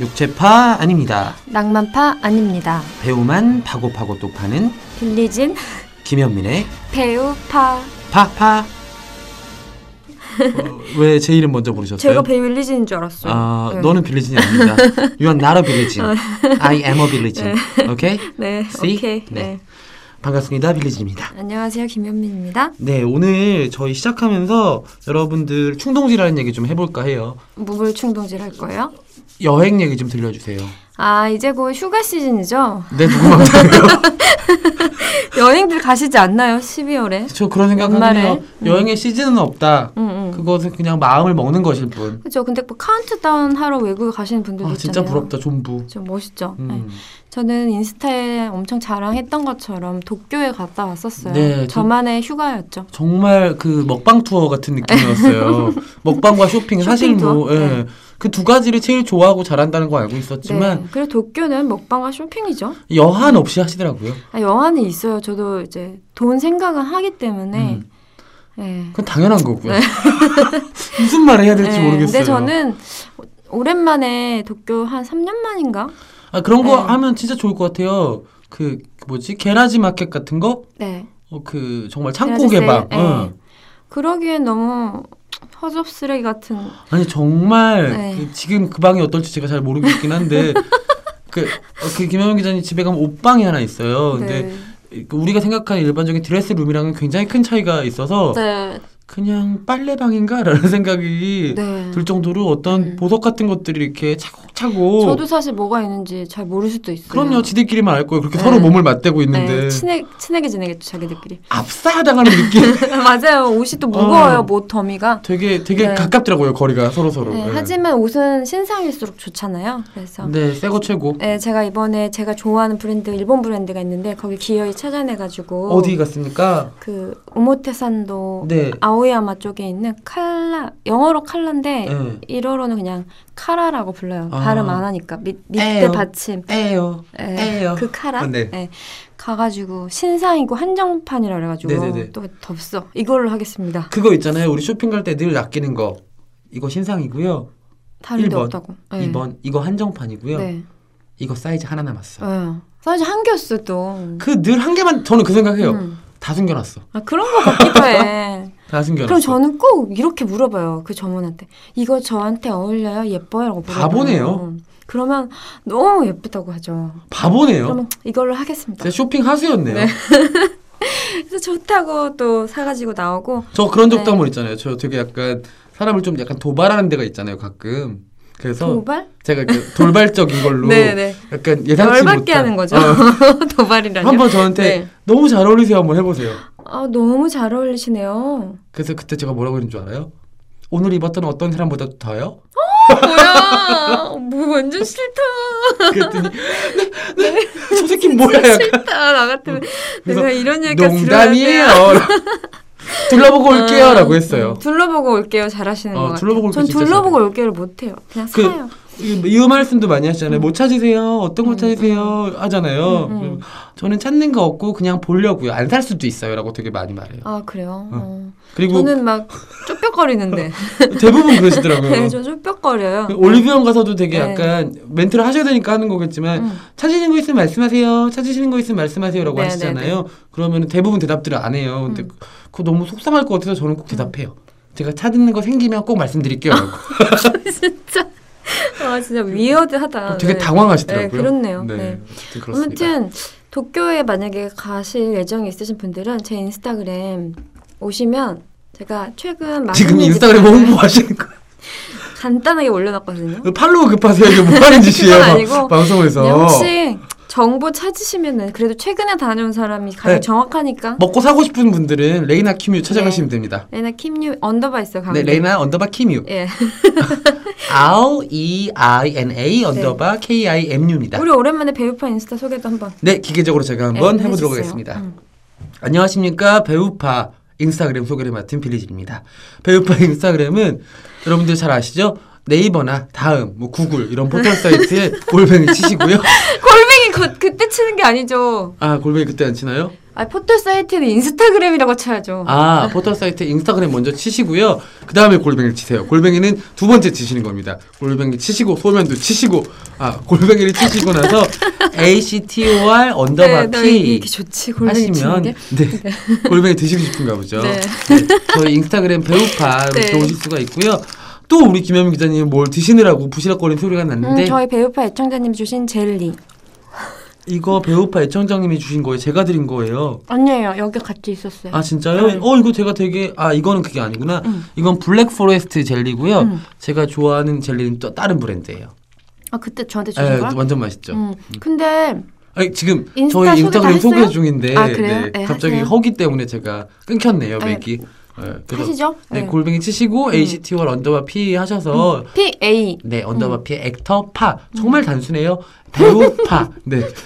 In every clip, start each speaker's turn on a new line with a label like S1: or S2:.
S1: 육체파 아닙니다.
S2: 낭만파 아닙니다.
S1: 배우만 파고파고 또 파는
S2: 빌리진
S1: 김현민의
S2: 배우파.
S1: 파파. 왜 제 이름 먼저 부르셨어요?
S2: 어, 제가 배우 빌리진인 줄 알았어요.
S1: 아,
S2: 네.
S1: 너는 빌리진이 아닙니다. You are not a 빌리진. I am a 빌리진. 오케이?
S2: 네,
S1: See?
S2: 오케이.
S1: 네.
S2: 네.
S1: 반갑습니다. 빌리진입니다.
S2: 안녕하세요, 김현민입니다.
S1: 네, 오늘 저희 시작하면서 여러분들 충동지라는 얘기 좀 해볼까 해요.
S2: 무물 충동질 할 거예요.
S1: 여행 얘기 좀 들려주세요.
S2: 아, 이제 곧 휴가 시즌이죠.
S1: 네, 누구만요?
S2: 여행들 가시지 않나요? 12월에?
S1: 저 그런 생각하네요.
S2: 연말에. 음.
S1: 여행의 시즌은 없다.
S2: 응, 응.
S1: 그것은 그냥 마음을 먹는 것일 뿐.
S2: 그죠. 근데 뭐 카운트다운 하러 외국에 가시는 분들도
S1: 아,
S2: 있잖아요.
S1: 진짜 부럽다, 존부.
S2: 좀 멋있죠. 네.
S1: 음.
S2: 저는 인스타에 엄청 자랑했던 것처럼 도쿄에 갔다 왔었어요.
S1: 네, 저-
S2: 저만의 휴가였죠.
S1: 정말 그 먹방 투어 같은 느낌이었어요. 먹방과 쇼핑 사실
S2: 쇼핑
S1: 뭐
S2: 투어?
S1: 예. 그 두 가지를 제일 좋아하고 잘한다는 거 알고 있었지만
S2: 네. 그리고 도쿄는 먹방과 쇼핑이죠.
S1: 여한 없이 하시더라고요.
S2: 아, 영화는 있어요. 저도 이제 돈 생각은 하기 때문에.
S1: 음.
S2: 네.
S1: 그건 당연한 거고요. 무슨 말을 해야 될지
S2: 네,
S1: 모르겠어요.
S2: 근데 저는 오랜만에 도쿄 한 3년 만인가?
S1: 아 그런 거
S2: 네.
S1: 하면 진짜 좋을 것 같아요. 그 뭐지 게라지 마켓 같은 거?
S2: 네.
S1: 어, 그 정말 창고
S2: 그래서
S1: 개방. 어.
S2: 세- 네.
S1: 응.
S2: 그러기엔 너무 허접 쓰레기 같은.
S1: 아니 정말
S2: 네.
S1: 그 지금 그 방이 어떨지 제가 잘 모르겠긴 한데 그, 어, 그 김현영 기자님 집에 가면 옷방이 하나 있어요. 근데
S2: 네.
S1: 그 우리가 생각하는 일반적인 드레스룸이랑은 굉장히 큰 차이가 있어서
S2: 네.
S1: 그냥 빨래방인가라는 생각이
S2: 네.
S1: 들 정도로 어떤
S2: 음.
S1: 보석 같은 것들이 이렇게 차곡차곡
S2: 저도 사실 뭐가 있는지 잘 모를 수도 있어요.
S1: 그럼요 지들끼리만 알 거예요. 그렇게
S2: 네.
S1: 서로 몸을 맞대고 있는데
S2: 네, 친해, 친하게 지내겠죠, 자기들끼리.
S1: 압사당하는 느낌.
S2: 맞아요. 옷이 또 무거워요,
S1: 어.
S2: 못 더미가.
S1: 되게 되게
S2: 네.
S1: 가깝더라고요 거리가 서로 서로.
S2: 네, 하지만 옷은 신상일수록 좋잖아요. 그래서.
S1: 네 새거 최고.
S2: 네, 제가 이번에 제가 좋아하는 브랜드, 일본 브랜드가 있는데, 거기 기어이 찾아내가지고.
S1: 어디 갔습니까?
S2: 그, 오모테산도.
S1: 네.
S2: 아오야마 쪽에 있는 칼라, 영어로 칼라인데,
S1: 네.
S2: 일어로는 그냥 카라라고 불러요.
S1: 아.
S2: 발음 안 하니까. 밑, 밑에
S1: 에요.
S2: 받침.
S1: 에요.
S2: 예,
S1: 에요.
S2: 그 카라?
S1: 아, 네.
S2: 예, 가가지고 신상이고 한정판이라 그래가지고
S1: 네네네.
S2: 또 덥서 이걸로 하겠습니다.
S1: 그거 있잖아요. 우리 쇼핑 갈 때 늘 아끼는 거. 이거 신상이고요.
S2: 다른 데
S1: 1번,
S2: 없다고. 예.
S1: 2번 이거 한정판이고요.
S2: 네.
S1: 이거 사이즈 하나 남았어. 요
S2: 예. 사실 한 개였어 또.
S1: 그 늘 한 개만 저는 그 생각해요.
S2: 음.
S1: 다 숨겨놨어.
S2: 아 그런 거 같기도 해.
S1: 다 숨겨놨어.
S2: 그럼 저는 꼭 이렇게 물어봐요 그 점원한테 이거 저한테 어울려요 예뻐요라고 물어봐요.
S1: 바보네요.
S2: 그러면 너무 예쁘다고 하죠.
S1: 바보네요.
S2: 그러면 이걸로 하겠습니다.
S1: 진짜 쇼핑 하수였네요.
S2: 네. 그래서 좋다고 또 사가지고 나오고
S1: 저 그런 적도
S2: 네.
S1: 한번 있잖아요. 저 되게 약간 사람을 좀 약간 도발하는 데가 있잖아요. 가끔. 그래서
S2: 도발?
S1: 제가 그 돌발적인 걸로
S2: 네네.
S1: 약간 예상치
S2: 열받게
S1: 못한
S2: 하는 거죠.
S1: 어,
S2: 도발이라뇨.
S1: 한번 저한테
S2: 네.
S1: 너무 잘 어울리세요. 한번 해보세요.
S2: 아, 너무 잘 어울리시네요.
S1: 그래서 그때 제가 뭐라고 했는 줄 알아요? 오늘 입었던 어떤 사람보다 더요?
S2: 뭐야? 뭐 완전 싫다.
S1: 그랬더니 네네저 새끼 뭐야 약간
S2: 싫다. 나 같으면
S1: 음. 그래서
S2: 내가 이런 얘기가
S1: 농담이에요. 둘러보고 올게요라고 했어요.
S2: 아, 음, 둘러보고 올게요. 잘하시는
S1: 어,
S2: 것 같아요.
S1: 둘러보고 올게
S2: 전
S1: 진짜
S2: 둘러보고 올게를 못해요. 그냥
S1: 그-
S2: 사요.
S1: 이, 이 말씀도 많이 하시잖아요. 뭐 찾으세요? 어떤 걸
S2: 음,
S1: 찾으세요? 하잖아요.
S2: 음, 음.
S1: 저는 찾는 거 없고 그냥 보려고요. 안 살 수도 있어요라고 되게 많이 말해요.
S2: 아 그래요? 어.
S1: 그리고
S2: 저는 막 쪽벽거리는데.
S1: 대부분 그러시더라고요. 그
S2: 네, 저 쪽벽거려요.
S1: 올리브영 가서도 되게
S2: 네.
S1: 약간 멘트를 하셔야 되니까 하는 거겠지만
S2: 음.
S1: 찾으시는 거 있으면 말씀하세요. 찾으시는 거 있으면 말씀하세요라고
S2: 네,
S1: 하시잖아요. 그러면 대부분 대답들을 안 해요. 근데
S2: 음.
S1: 그거 너무 속상할 것 같아서 저는 꼭 대답해요. 제가 찾는 거 생기면 꼭 말씀드릴게요.
S2: 진짜. 아 진짜 위어드하다.
S1: 그 되게
S2: 네.
S1: 당황하시더라고요.
S2: 네, 그렇네요. 네.
S1: 어쨌든 그렇습니다.
S2: 아무튼 도쿄에 만약에 가실 예정이 있으신 분들은 제 인스타그램 오시면 제가 최근 많은
S1: 지금
S2: 얘기들
S1: 인스타그램 홍보 하시는 거
S2: 간단하게 올려놨거든요.
S1: 그 팔로우 급하세요. 이게 뭐 하는 짓이에요?
S2: 그건 아니고
S1: 방송에서
S2: 그냥 혹시 정보 찾으시면은 그래도 최근에 다녀온 사람이 가장
S1: 네.
S2: 정확하니까
S1: 먹고 사고 싶은 분들은 레이나
S2: 네.
S1: 키뮤 찾아가시면 됩니다.
S2: 레이나 킴유 언더바 있어요. 가운데.
S1: 네, 레이나 언더바 키뮤.
S2: 예.
S1: R E I N A 언더바 K I M U입니다.
S2: 네. 우리 오랜만에 배우파 인스타 소개도 한번
S1: 네, 기계적으로 제가 한번
S2: 예,
S1: 해보도록
S2: 해주세요.
S1: 하겠습니다.
S2: 음.
S1: 안녕하십니까 배우파 인스타그램 소개를 맡은 빌리진입니다. 배우파 인스타그램은 여러분들 잘 아시죠? 네이버나 다음, 뭐 구글 이런 포털 사이트에 골뱅이 치시고요.
S2: 골뱅이 그, 그때 치는 게 아니죠.
S1: 아 골뱅이 그때 안 치나요?
S2: 아, 포털 사이트는 인스타그램이라고 쳐야죠.
S1: 아 포털 사이트 인스타그램 먼저 치시고요. 그 다음에 골뱅이를 치세요. 골뱅이는 두 번째 치시는 겁니다. 골뱅이 치시고 소면도 치시고 아 골뱅이를 치시고 나서 a c t o r 언더바
S2: 네, 나
S1: p
S2: 이게 좋지 골뱅이
S1: 하시면
S2: 치는
S1: 네,
S2: 게.
S1: 골뱅이 드시고 싶은가 보죠.
S2: 네.
S1: 네, 저희 인스타그램 배우파로
S2: 네.
S1: 또 오실 수가 있고요. 또 우리 김현미 기자님 뭘 드시느라고 부시락거리는 소리가
S2: 음,
S1: 났는데
S2: 저희 배우파 애청자님 주신 젤리.
S1: 이거 배우파 애청장님이 주신 거예요. 제가 드린 거예요.
S2: 아니에요. 여기 같이 있었어요.
S1: 아 진짜요?
S2: 네.
S1: 어 이거 제가 되게 아 이거는 그게 아니구나.
S2: 음.
S1: 이건 블랙 포레스트 젤리고요.
S2: 음.
S1: 제가 좋아하는 젤리는 또 다른 브랜드예요.
S2: 아, 그때 저한테 주신
S1: 에,
S2: 거야?
S1: 완전 맛있죠.
S2: 음. 근데
S1: 아니, 지금
S2: 인스타
S1: 저희
S2: 소개
S1: 인스타그램
S2: 다
S1: 소개
S2: 했어요?
S1: 중인데
S2: 아, 그래요? 네,
S1: 갑자기
S2: 하세요.
S1: 허기 때문에 제가 끊겼네요,
S2: 네.
S1: 맥이. 네, 그래서
S2: 하시죠?
S1: 네,
S2: 네. 음.
S1: 골뱅이 치시고 ACT와 언더바 P 하셔서
S2: P A.
S1: 네,
S2: 음.
S1: 언더바 P 액터 파 정말 단순해요. 배우 파. 네.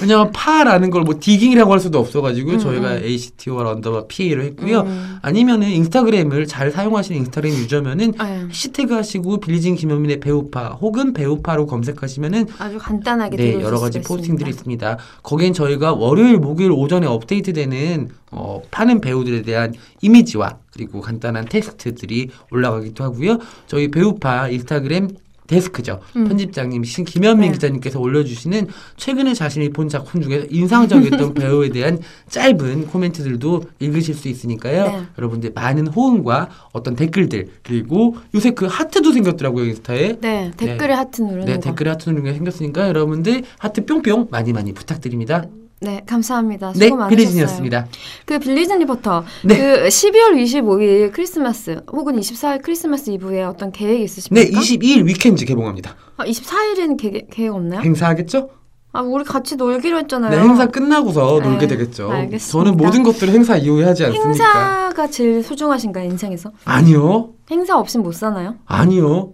S1: 왜냐면 파라는 걸 뭐 디깅이라고 할 수도 없어가지고
S2: 음,
S1: 저희가
S2: 음.
S1: ACT와 언더바 P로 했고요.
S2: 음.
S1: 아니면은 인스타그램을 잘 사용하시는 인스타그램 유저면은
S2: 네.
S1: 해시태그 하시고 빌리진 김현민의 배우파 혹은 배우파로 검색하시면은
S2: 아주 간단하게
S1: 네,
S2: 들어오실
S1: 여러 가지
S2: 수가
S1: 포스팅들이
S2: 있습니다.
S1: 있습니다. 거기엔 저희가 월요일, 목요일 오전에 업데이트되는 어, 파는 배우들에 대한 이미지와 그리고 간단한 텍스트들이 올라가기도 하고요. 저희 배우파 인스타그램 데스크죠.
S2: 음.
S1: 편집장님이신 김현민
S2: 네.
S1: 기자님께서 올려주시는 최근에 자신이 본 작품 중에서 인상적이었던 배우에 대한 짧은 코멘트들도 읽으실 수 있으니까요.
S2: 네.
S1: 여러분들 많은 호응과 어떤 댓글들 그리고 요새 그 하트도 생겼더라고요 인스타에.
S2: 네, 댓글에 하트 누르는
S1: 네,
S2: 거.
S1: 댓글 하트 누르는 게 생겼으니까 여러분들 하트 뿅뿅 많이 많이 부탁드립니다.
S2: 네, 감사합니다. 수고
S1: 네,
S2: 많으셨어요.
S1: 피리진이었습니다.
S2: 그 빌리진 리포터.
S1: 네.
S2: 그 12월 25일 크리스마스 혹은 24일 크리스마스 이브에 어떤 계획
S1: 네,
S2: 있으십니까?
S1: 22일 위켄즈 개봉합니다.
S2: 아, 24일에는 계획, 계획 없나요?
S1: 행사하겠죠?
S2: 아, 우리 같이 놀기로 했잖아요.
S1: 네, 행사 끝나고서
S2: 네,
S1: 놀게 되겠죠.
S2: 알겠습니다.
S1: 저는 모든 것들을 행사 이후에 하지 않습니까?
S2: 행사가 제일 소중하신가요, 인생에서?
S1: 아니요,
S2: 행사 없인 못 사나요?
S1: 아니요.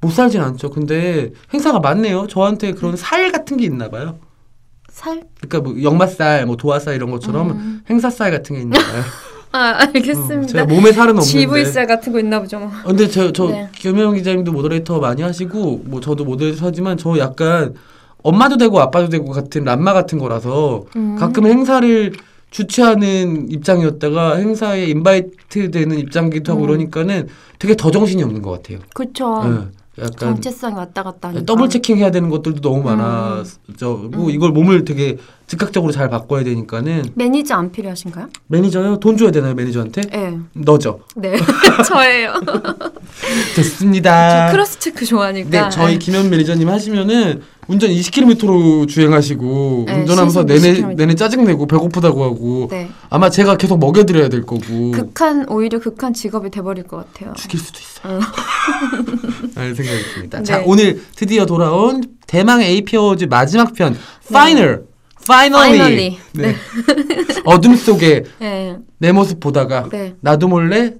S1: 못 살진 않죠. 근데 행사가 많네요. 저한테 그런 살 같은 게 있나 봐요.
S2: 살?
S1: 그러니까 뭐 역마살, 뭐 도화살 이런 것처럼
S2: 음.
S1: 행사살 같은 게 있나 봐요.
S2: 아,
S1: 어,
S2: 알겠습니다.
S1: 제가 몸에 살은 없는데.
S2: GV살 같은 거 있나 보죠. 뭐.
S1: 아, 근데 저, 저
S2: 네.
S1: 김혜영 기자님도 모더레이터 많이 하시고 뭐 저도 모더레이터 하지만 저 약간 엄마도 되고 아빠도 되고 같은 람마 같은 거라서
S2: 음.
S1: 가끔 행사를 주최하는 입장이었다가 행사에 인바이트 되는 입장기도 하고
S2: 음.
S1: 그러니까는 되게 더 정신이 없는 것 같아요.
S2: 그쵸.
S1: 예, 약간
S2: 정체성이 음. 왔다 갔다 하니까.
S1: 더블 체킹해야 되는 것들도 너무 많아서
S2: 음.
S1: 뭐 이걸 몸을 되게 즉각적으로 잘 바꿔야 되니까는
S2: 매니저 안 필요하신가요?
S1: 매니저요 돈 줘야 되나요 매니저한테
S2: 네.
S1: 너죠
S2: 네. 저예요.
S1: 됐습니다.
S2: 저 크로스 체크 좋아하니까.
S1: 네, 저희 김현 매니저님 하시면은 운전 20km로 주행하시고
S2: 네,
S1: 운전하면서
S2: 시속 20
S1: 내내
S2: km.
S1: 내내 짜증 내고 배고프다고 하고
S2: 네. 그
S1: 아마 제가 계속 먹여드려야 될 거고
S2: 극한 오히려 극한 직업이 돼버릴 것 같아요.
S1: 죽일 수도 있어요. 알 생각이 듭니다.
S2: 네.
S1: 자, 오늘 드디어 돌아온 대망 에이피어즈 마지막 편 파이널 파이널리
S2: 네. Finally.
S1: 네. 어둠 속에
S2: 네,
S1: 내 모습 보다가
S2: 네.
S1: 나도 몰래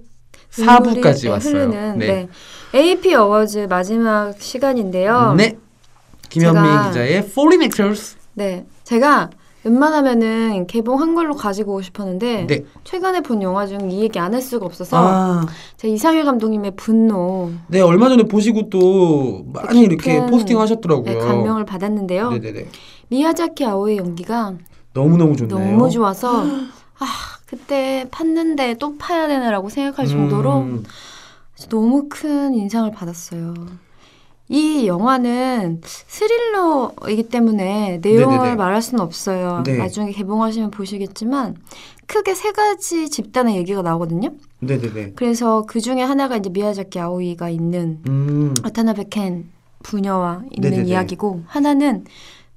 S2: 눈물이,
S1: 4부까지
S2: 네,
S1: 왔어요.
S2: 흐르는, 네. AP 어워즈 마지막 시간인데요.
S1: 네. 김현민
S2: 어. 제가-
S1: 기자의 Falling Actors.
S2: 네, 제가 웬만하면은 개봉한 걸로 가지고 오고 싶었는데
S1: 네.
S2: 최근에 본 영화 중 이 얘기 안 할 수가 없어서
S1: 아.
S2: 제 이상일 감독님의 분노
S1: 네 얼마 전에 보시고 또 많이 이렇게
S2: 깊은-
S1: 포스팅하셨더라고요.
S2: 에 네, 감명을 받았는데요.
S1: 네네네.
S2: 미야자키 아오의 연기가
S1: 너무 너무 좋네요.
S2: 너무 좋아서 아 그때 팠는데 또 파야 되나라고 생각할 정도로
S1: 음,
S2: 그래서 너무 큰 인상을 받았어요. 이 영화는 스릴러이기 때문에 내용을
S1: 네네네.
S2: 말할 수는 없어요.
S1: 네.
S2: 나중에 개봉하시면 보시겠지만 크게 세 가지 집단의 얘기가 나오거든요.
S1: 네네네.
S2: 그래서 그 중에 하나가 이제 미야자키 아오이가 있는
S1: 음.
S2: 와타나베 켄 부녀와 있는
S1: 네네네.
S2: 이야기고 하나는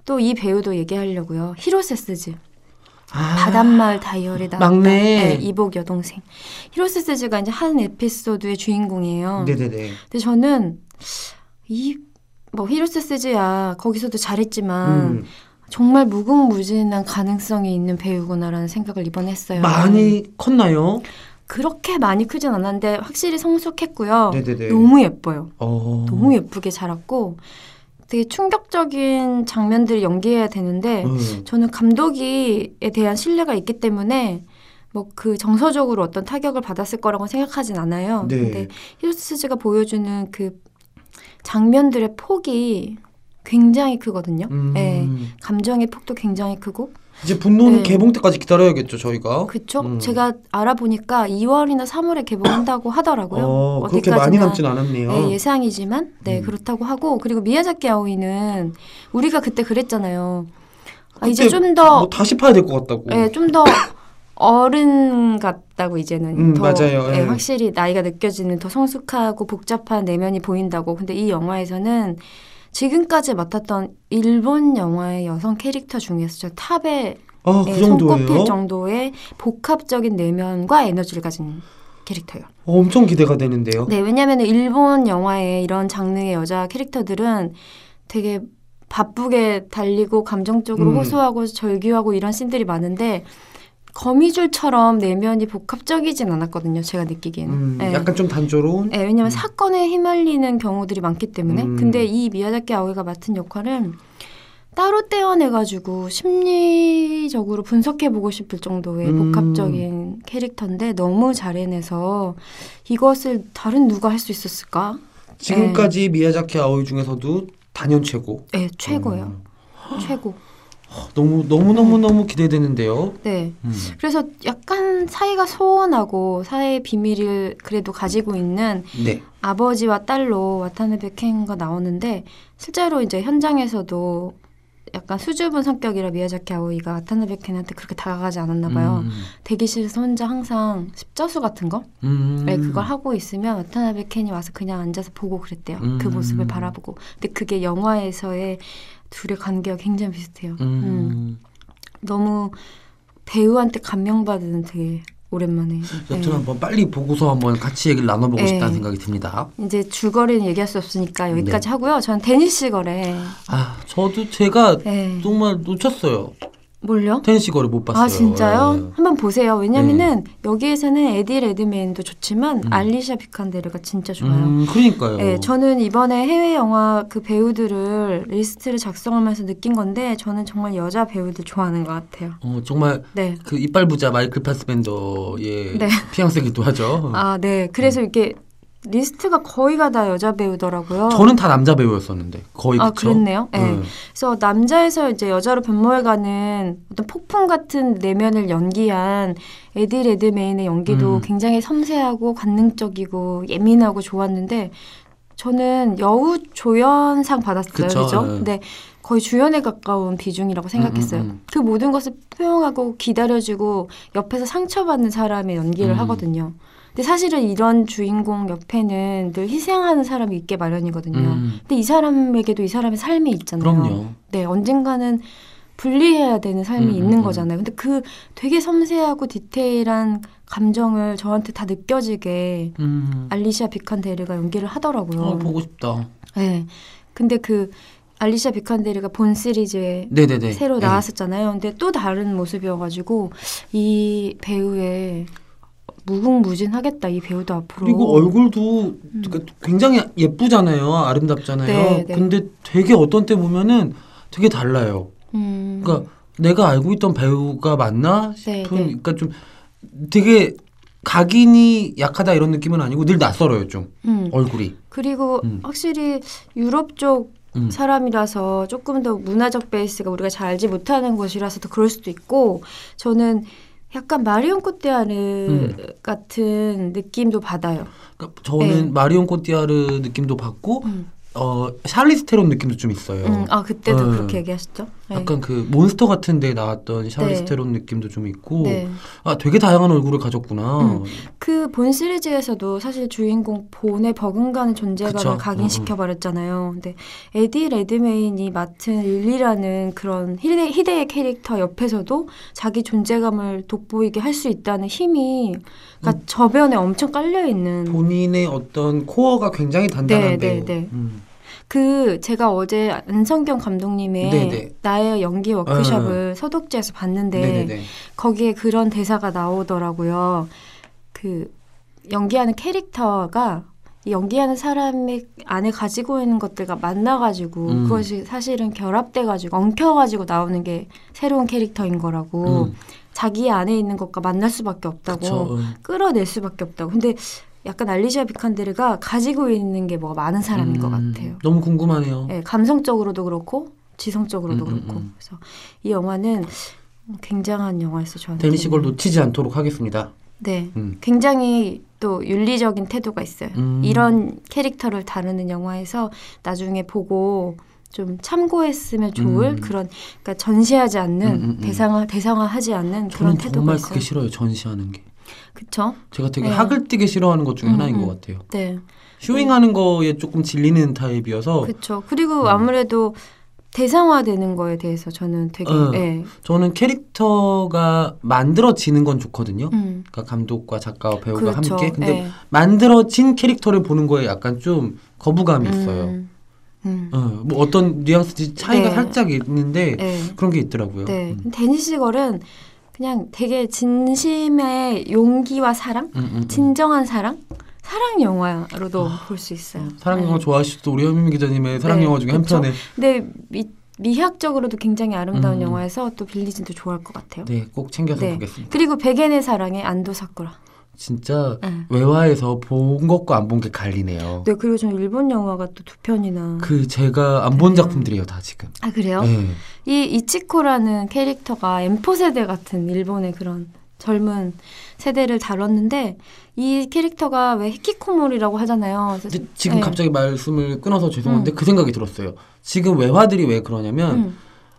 S2: 또 이 배우도 얘기하려고요. 히로세스즈
S1: 아,
S2: 바닷마을 다이어리 나왔다.
S1: 막내.
S2: 네, 이복 여동생. 히로세스즈가 이제 한 에피소드의 주인공이에요.
S1: 네네네.
S2: 근데 저는 이 뭐 히로세스즈야 거기서도 잘했지만
S1: 음.
S2: 정말 무궁무진한 가능성이 있는 배우구나라는 생각을 이번에 했어요.
S1: 많이 컸나요?
S2: 그렇게 많이 크진 않았는데 확실히 성숙했고요.
S1: 네네네.
S2: 어, 너무 예뻐요.
S1: 어.
S2: 너무 예쁘게 자랐고 되게 충격적인 장면들을 연기해야 되는데
S1: 음.
S2: 저는 감독이에 대한 신뢰가 있기 때문에 뭐 그 정서적으로 어떤 타격을 받았을 거라고 생각하진 않아요.
S1: 네.
S2: 근데 히로스즈가 보여주는 그 장면들의 폭이 굉장히 크거든요.
S1: 음.
S2: 네. 감정의 폭도 굉장히 크고
S1: 이제 분노는
S2: 네. 어,
S1: 개봉 때까지 기다려야겠죠 저희가.
S2: 그쵸?
S1: 음.
S2: 제가 알아보니까 2월이나 3월에 개봉한다고 하더라고요.
S1: 어, 그렇게 많이
S2: 어디까지나.
S1: 남진 않았네요.
S2: 네, 예상이지만 네
S1: 음.
S2: 그렇다고 하고 그리고 미야자키 아오이는 우리가 그때 그랬잖아요. 아,
S1: 그때
S2: 이제 좀더
S1: 뭐 다시 파야 될 것 같다고.
S2: 예, 좀 더 어른 같다고 이제는
S1: 음,
S2: 더
S1: 맞아요. 예.
S2: 예, 확실히 나이가 느껴지는 더 성숙하고 복잡한 내면이 보인다고. 근데 이 영화에서는 지금까지 맡았던 일본 영화의 여성 캐릭터 중에서 저 탑에
S1: 아,
S2: 예,
S1: 그
S2: 손꼽힐
S1: 정도예요?
S2: 정도의 복합적인 내면과 에너지를 가진 캐릭터예요.
S1: 어, 엄청 기대가 되는데요.
S2: 네, 왜냐하면 일본 영화의 이런 장르의 여자 캐릭터들은 되게 바쁘게 달리고 감정적으로
S1: 음.
S2: 호소하고 절규하고 이런 씬들이 많은데 거미줄처럼 내면이 복합적이진 않았거든요. 제가 느끼기에는.
S1: 음,
S2: 네.
S1: 약간 좀 단조로운.
S2: 네, 왜냐하면
S1: 음.
S2: 사건에 휘말리는 경우들이 많기 때문에.
S1: 음.
S2: 근데 이 미야자키 아오이가 맡은 역할은 따로 떼어내가지고 심리적으로 분석해보고 싶을 정도의
S1: 음.
S2: 복합적인 캐릭터인데 너무 잘 해내서 이것을 다른 누가 할 수 있었을까?
S1: 지금까지 미야자키 아오이 중에서도 단연 최고.
S2: 네, 최고예요.
S1: 음.
S2: 최고.
S1: 너무 너무 너무 너무 기대되는데요.
S2: 네.
S1: 음.
S2: 그래서 약간 사이가 소원하고 사이의 비밀을 그래도 가지고 있는
S1: 네.
S2: 아버지와 딸로 와타나베 켄가 나오는데 실제로 이제 현장에서도 약간 수줍은 성격이라 미야자키 아오이가 와타나베 켄한테 그렇게 다가가지 않았나 봐요.
S1: 음.
S2: 대기실에서 혼자 항상 십자수 같은 거
S1: 음.
S2: 네, 그걸 하고 있으면 와타나베 켄이 와서 그냥 앉아서 보고 그랬대요. 그
S1: 음.
S2: 모습을 바라보고. 근데 그게 영화에서의 둘의 관계가 굉장히 비슷해요. 음.
S1: 음.
S2: 너무 배우한테 감명받은 되게 오랜만에.
S1: 여튼
S2: 네.
S1: 한번 빨리 보고서 한번 같이 얘기를 나눠보고
S2: 네.
S1: 싶다는 생각이 듭니다.
S2: 이제 줄거리는 얘기할 수 없으니까 여기까지 하고요. 저는 데니스 거래.
S1: 네. 아, 저도 제가
S2: 네.
S1: 정말 놓쳤어요.
S2: 뭘요?
S1: 테니스 거를 못 봤어요.
S2: 아 진짜요?
S1: 예.
S2: 한번 보세요. 왜냐면은 여기에서는 에디 레드메인도 좋지만
S1: 음.
S2: 알리샤 비칸데르가 진짜 좋아요.
S1: 음, 그러니까요.
S2: 네, 저는 이번에 해외 영화 그 배우들을 리스트를 작성하면서 느낀 건데 저는 정말 여자 배우들 좋아하는 것 같아요.
S1: 어, 정말
S2: 네.
S1: 그 이빨 부자 마이클 파스벤더의
S2: 네.
S1: 피앙세기도 하죠.
S2: 아, 네.
S1: 음.
S2: 그래서 이렇게 리스트가 거의가 다 여자 배우더라고요.
S1: 저는 다 남자 배우였었는데 거의
S2: 아,
S1: 그쵸?
S2: 그랬네요. 네.
S1: 예.
S2: 그래서 남자에서 이제 여자로 변모해가는 어떤 폭풍 같은 내면을 연기한 에디 레드메인의 연기도
S1: 음.
S2: 굉장히 섬세하고 관능적이고 예민하고 좋았는데 저는 여우 조연상 받았어요,
S1: 그쵸,
S2: 그죠?
S1: 네.
S2: 근데 거의 주연에 가까운 비중이라고 생각했어요.
S1: 음, 음, 음.
S2: 그 모든 것을 포용하고 기다려주고 옆에서 상처받는 사람의 연기를
S1: 음.
S2: 하거든요. 근데 사실은 이런 주인공 옆에는 늘 희생하는 사람이 있게 마련이거든요.
S1: 음,
S2: 근데 이 사람에게도 이 사람의 삶이 있잖아요.
S1: 그럼요.
S2: 네, 언젠가는 분리해야 되는 삶이
S1: 음,
S2: 있는
S1: 음,
S2: 거잖아요. 근데 그 되게 섬세하고 디테일한 감정을 저한테 다 느껴지게
S1: 음.
S2: 알리시아 비칸데르가 연기를 하더라고요.
S1: 어, 보고 싶다.
S2: 네. 근데 그 알리시아 비칸데르가 본 시리즈에
S1: 네네네.
S2: 새로
S1: 예.
S2: 나왔었잖아요. 근데 또 다른 모습이어가지고 이 배우의 무궁무진하겠다. 이 배우도 앞으로
S1: 그리고 얼굴도 그러니까 굉장히 예쁘잖아요. 아름답잖아요.
S2: 음. 네, 네.
S1: 근데 되게 어떤 때 보면은 되게 달라요.
S2: 음,
S1: 그러니까 내가 알고 있던 배우가 맞나 싶은
S2: 네, 네.
S1: 그러니까 좀 되게 각인이 약하다 이런 느낌은 아니고 늘 낯설어요 좀
S2: 음.
S1: 얼굴이
S2: 그리고
S1: 음.
S2: 확실히 유럽 쪽
S1: 음.
S2: 사람이라서 조금 더 문화적 베이스가 우리가 잘 알지 못하는 곳이라서 더 그럴 수도 있고 저는 약간 마리온 코테아르
S1: 음.
S2: 같은 느낌도 받아요.
S1: 그러니까 저는
S2: 네.
S1: 마리온 코티아르 느낌도 받고
S2: 음.
S1: 어 샬리스 테론 느낌도 좀 있어요.
S2: 음, 아 그때도
S1: 네.
S2: 그렇게 얘기하셨죠? 네.
S1: 약간 그 몬스터 같은데 나왔던 샬리스
S2: 네.
S1: 테론 느낌도 좀 있고
S2: 네.
S1: 아 되게 다양한 얼굴을 가졌구나.
S2: 음. 그 본 시리즈에서도 사실 주인공 본에 버금가는
S1: 그쵸.
S2: 존재감을
S1: 음,
S2: 각인시켜 버렸잖아요. 근데 에디 레드메인이 맡은 릴리라는 그런 희대, 희대의 캐릭터 옆에서도 자기 존재감을 돋보이게 할 수 있다는 힘이
S1: 음.
S2: 그러니까 저변에 엄청 깔려 있는
S1: 본인의 어떤 코어가 굉장히 단단한
S2: 네,
S1: 배우.
S2: 네, 네.
S1: 음.
S2: 그 제가 어제 안성경 감독님의
S1: 네, 네.
S2: 나의 연기 워크숍을 서독지에서 봤는데
S1: 네, 네, 네.
S2: 거기에 그런 대사가 나오더라고요. 그 연기하는 캐릭터가 이 연기하는 사람의 안에 가지고 있는 것들과 만나가지고
S1: 음.
S2: 그것이 사실은 결합돼가지고 엉켜가지고 나오는 게 새로운 캐릭터인 거라고
S1: 음,
S2: 자기 안에 있는 것과 만날 수밖에 없다고
S1: 그쵸. 음.
S2: 끌어낼 수밖에 없다고 근데 약간 알리시아 비칸데르가 가지고 있는 게 뭐가 많은 사람인 것
S1: 음,
S2: 같아요.
S1: 너무 궁금하네요.
S2: 예, 감성적으로도 그렇고 지성적으로도
S1: 어? 음, 음,
S2: 그렇고
S1: 음.
S2: 그래서 이 영화는 굉장한 영화였어요 저한테.
S1: 데니 시걸 놓치지 않도록 하겠습니다.
S2: 네,
S1: 음.
S2: 굉장히 또 윤리적인 태도가 있어요.
S1: 음.
S2: 이런 캐릭터를 다루는 영화에서 나중에 보고 좀 참고했으면 좋을
S1: 음.
S2: 그런 그러니까 전시하지 않는
S1: 음, 음, 음.
S2: 대상화 대상화하지 않는 그런
S1: 저는
S2: 태도가
S1: 정말
S2: 있어요.
S1: 그게 싫어요. 전시하는 게.
S2: 그쵸?
S1: 제가 되게
S2: 네.
S1: 학을 뛰게 싫어하는 것 중에
S2: 음,
S1: 하나인
S2: 음.
S1: 것 같아요.
S2: 네,
S1: 쇼잉하는 거에 조금 질리는 타입이어서 음.
S2: 그쵸. 그리고 아무래도 대상화되는 거에 대해서 저는 되게
S1: 어.
S2: 예,
S1: 저는 캐릭터가 만들어지는 건 좋거든요.
S2: 음,
S1: 그러니까 감독과 작가와 배우가
S2: 그렇죠.
S1: 함께 근데
S2: 예.
S1: 만들어진 캐릭터를 보는 거에 약간 좀 거부감이 있어요.
S2: 음, 음,
S1: 어, 뭐 어떤 뉘앙스 차이가
S2: 네.
S1: 살짝 있는데
S2: 예.
S1: 그런 게 있더라고요.
S2: 네.
S1: 음.
S2: 데니시걸은 그냥 되게 진심의 용기와 사랑,
S1: 음, 음, 음.
S2: 진정한 사랑, 사랑 영화로도 볼 수 있어요.
S1: 아, 사랑 영화
S2: 네.
S1: 좋아하시죠? 우리 현민 기자님의 사랑
S2: 네,
S1: 영화 중에
S2: 그쵸?
S1: 한 편에
S2: 근데 미, 미학적으로도 굉장히 아름다운
S1: 음.
S2: 영화에서 또 빌리진도 좋아할 것 같아요.
S1: 네, 꼭 챙겨서
S2: 네.
S1: 보겠습니다.
S2: 그리고 백엔의 사랑의 안도 사쿠라.
S1: 진짜
S2: 네.
S1: 외화에서 본 것과 안 본 게 갈리네요.
S2: 네, 그리고 저는 일본 영화가 또 두 편이나.
S1: 그 제가 안 본 작품들이에요, 다 지금.
S2: 아 그래요?
S1: 네.
S2: 이 이치코라는 캐릭터가 엠포 세대 같은 일본의 그런 젊은 세대를 다뤘는데 이 캐릭터가 왜 히키코모리라고 하잖아요. 그래서
S1: 근데 지금
S2: 네.
S1: 갑자기 말씀을 끊어서 죄송한데 그 생각이 들었어요. 지금 외화들이 왜 그러냐면
S2: 음,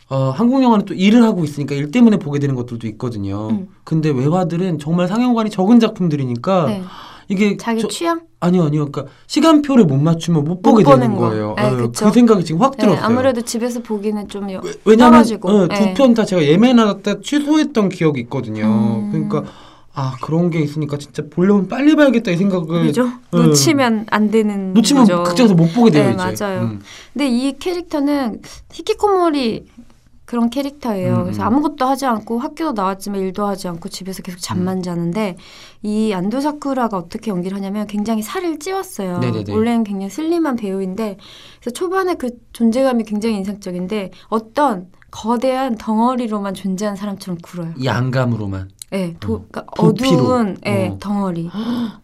S1: 어, 한국 영화는 또 일을 하고 있으니까 일 때문에 보게 되는 것들도 있거든요.
S2: 음.
S1: 근데 외화들은 정말 상영관이 적은 작품들이니까
S2: 네.
S1: 이게
S2: 자기
S1: 아, 저-
S2: 취향?
S1: 아니요 아니요 그러니까 시간표를 못 맞추면 못 보게
S2: 보는
S1: 되는
S2: 거.
S1: 거예요.
S2: 네,
S1: 예,
S2: 그쵸.
S1: 그 생각이 지금 확
S2: 네,
S1: 들었어요.
S2: 아무래도 집에서 보기는 좀 여-
S1: 왜냐면
S2: 떨어지고. 네.
S1: 두편 다 제가 예매하다 취소했던 기억이 있거든요.
S2: 음.
S1: 그러니까 아 그런 게 있으니까 진짜 보려면 빨리 봐야겠다 이 생각을
S2: 그죠?
S1: 예.
S2: 놓치면 안 되는
S1: 놓치면
S2: 거죠.
S1: 극장에서 못 보게 돼요
S2: 네,
S1: 이제.
S2: 맞아요.
S1: 음.
S2: 근데 이 캐릭터는 히키코모리 그런 캐릭터예요.
S1: 음,
S2: 그래서
S1: 음.
S2: 아무것도 하지 않고 학교도 나왔지만 일도 하지 않고 집에서 계속
S1: 음.
S2: 잠만 자는데 이 안도사쿠라가 어떻게 연기를 하냐면 굉장히 살을 찌웠어요.
S1: 네네네.
S2: 원래는 굉장히 슬림한 배우인데 그래서 초반에 그 존재감이 굉장히 인상적인데 어떤 거대한 덩어리로만 존재한 사람처럼 굴어요.
S1: 양감으로만.
S2: 예, 도, 그러니까
S1: 부피로.
S2: 어두운 예,
S1: 음. 어.
S2: 덩어리.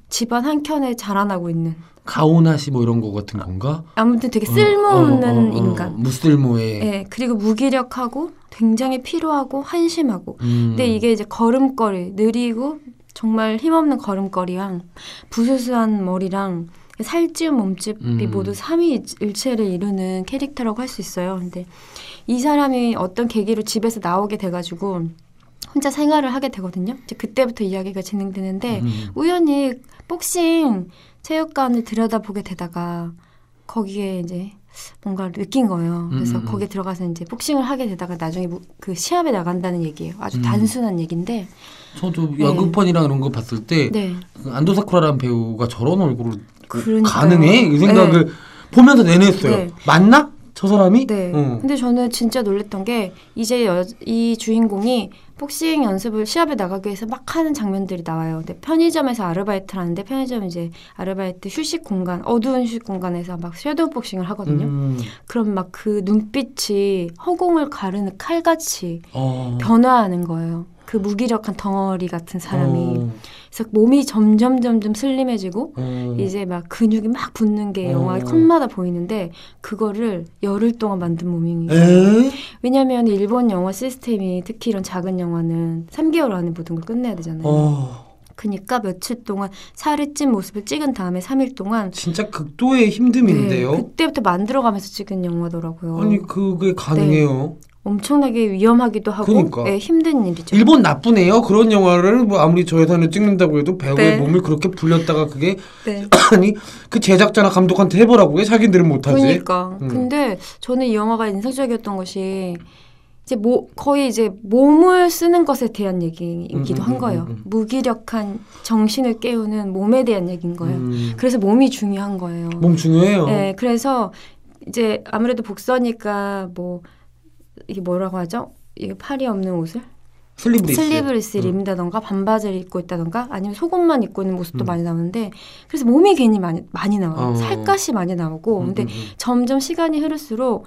S2: 집안 한켠에 자라나고 있는.
S1: 가오나시 뭐 이런 거 같은 건가?
S2: 아무튼 되게 쓸모없는
S1: 어, 어, 어, 어.
S2: 인간.
S1: 무쓸모의.
S2: 예, 그리고 무기력하고 굉장히 피로하고 한심하고.
S1: 음.
S2: 근데 이게 이제 걸음걸이 느리고 정말 힘없는 걸음걸이랑 부수수한 머리랑 살찌운 몸집이
S1: 음.
S2: 모두 삼위일체를 이루는 캐릭터라고 할 수 있어요. 근데 이 사람이 어떤 계기로 집에서 나오게 돼가지고 혼자 생활을 하게 되거든요. 이제 그때부터 이야기가 진행되는데
S1: 음.
S2: 우연히 복싱 체육관을 들여다보게 되다가 거기에 이제 뭔가를 느낀 거예요. 그래서
S1: 음, 음, 음.
S2: 거기에 들어가서 이제 복싱을 하게 되다가 나중에 뭐- 그 시합에 나간다는 얘기예요. 아주
S1: 음.
S2: 단순한 얘기인데.
S1: 저도
S2: 네.
S1: 연극판이랑 이런 거 봤을 때
S2: 네.
S1: 그 안도사쿠라라는 배우가 저런 얼굴로
S2: 그러니까요.
S1: 가능해? 이 생각을 보면서 내내 했어요.
S2: 네.
S1: 맞나? 저 사람이?
S2: 네.
S1: 어.
S2: 근데 저는 진짜 놀랬던 게 이제 여, 이 주인공이 복싱 연습을 시합에 나가기 위해서 막 하는 장면들이 나와요. 근데 편의점에서 아르바이트를 하는데 편의점 이제 아르바이트 휴식 공간, 어두운 휴식 공간에서 막 섀도우 복싱을 하거든요.
S1: 음.
S2: 그럼 막 그 눈빛이 허공을 가르는 칼같이
S1: 어.
S2: 변화하는 거예요. 그 무기력한 덩어리 같은 사람이.
S1: 어.
S2: 그래서 몸이 점점 점점 슬림해지고
S1: 어.
S2: 이제 막 근육이 막 붙는 게 영화
S1: 어.
S2: 컷마다 보이는데 그거를 열흘 동안 만든 몸이.
S1: 에?
S2: 왜냐면 일본 영화 시스템이 특히 이런 작은 영화는 3개월 안에 모든 걸 끝내야 되잖아요.
S1: 어.
S2: 그러니까 며칠 동안 살을 찐 모습을 찍은 다음에 3일 동안
S1: 진짜 극도의 음. 힘듦인데요.
S2: 네, 그때부터 만들어가면서 찍은 영화더라고요.
S1: 아니 그게
S2: 네.
S1: 가능해요.
S2: 엄청나게 위험하기도 하고
S1: 그러니까.
S2: 예, 힘든 일이죠.
S1: 일본 나쁘네요. 그런 영화를 뭐 아무리 저 예산을 찍는다고 해도 배우의
S2: 네.
S1: 몸을 그렇게 불렸다가 그게
S2: 네.
S1: 아니 그 제작자나 감독한테 해보라고 해 자기들은 못하지.
S2: 그러니까.
S1: 음.
S2: 근데 저는 이 영화가 인상적이었던 것이 이제 뭐 거의 이제 몸을 쓰는 것에 대한
S1: 음, 음,
S2: 얘기이기도 한
S1: 음,
S2: 거예요.
S1: 음, 음.
S2: 무기력한 정신을 깨우는 몸에 대한 얘기인 거예요.
S1: 음.
S2: 그래서 몸이 중요한 거예요.
S1: 몸 중요해요.
S2: 네, 그래서 이제 아무래도 복서니까 뭐 이게 뭐라고 하죠? 이게 팔이 없는 옷을
S3: 네,
S1: 슬립리스.
S2: 슬리브리스를
S1: 음.
S2: 입는다던가 반바지를 입고 있다던가 아니면 속옷만 입고 있는 모습도
S1: 음.
S2: 많이 나오는데 그래서 몸이 괜히 많이 많이 나와요.
S1: 어.
S2: 살갗이 많이 나오고 근데
S1: 음, 음, 음.
S2: 점점 시간이 흐를수록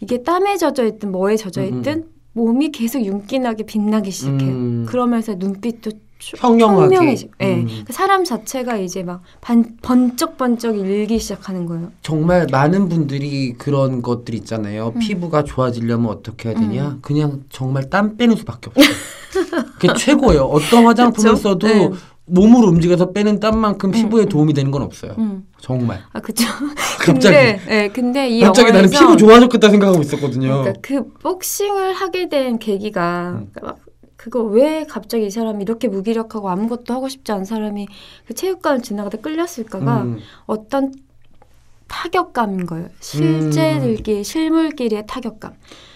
S2: 이게 땀에 젖어 있든 뭐에 젖어 있든
S1: 음,
S2: 몸이 계속 윤기나게 빛나기 시작해요.
S1: 음.
S2: 그러면서 눈빛도 추-
S3: 평명하게.
S2: 평명해지- 예.
S3: 음.
S2: 그러니까 사람 자체가 이제 막 반, 번쩍번쩍 일기 시작하는 거예요.
S1: 정말 많은 분들이 그런 것들 있잖아요. 피부가 좋아지려면 어떻게 해야 되냐?
S2: 음.
S1: 그냥 정말 땀 빼는 수밖에 없어요. 그게 최고예요. 어떤 화장품을
S2: 그쵸?
S1: 써도
S2: 네.
S1: 몸으로 움직여서 빼는 땀만큼
S2: 음,
S1: 피부에 도움이 되는 건 없어요.
S2: 음.
S1: 정말.
S2: 아 그죠.
S3: 갑자기.
S2: 근데, 예, 근데 이
S3: 갑자기 나는
S2: 영화에서
S3: 피부 좋아졌겠다 생각하고 있었거든요.
S2: 그러니까 그 복싱을 하게 된 계기가
S3: 음.
S2: 그러니까 막 그거 왜 갑자기 이 사람이 이렇게 무기력하고 아무것도 하고 싶지 않은 사람이 그 체육관을 지나가다 끌렸을까가
S3: 음.
S2: 어떤 타격감인 거예요. 실제들끼리 실물끼리의 타격감.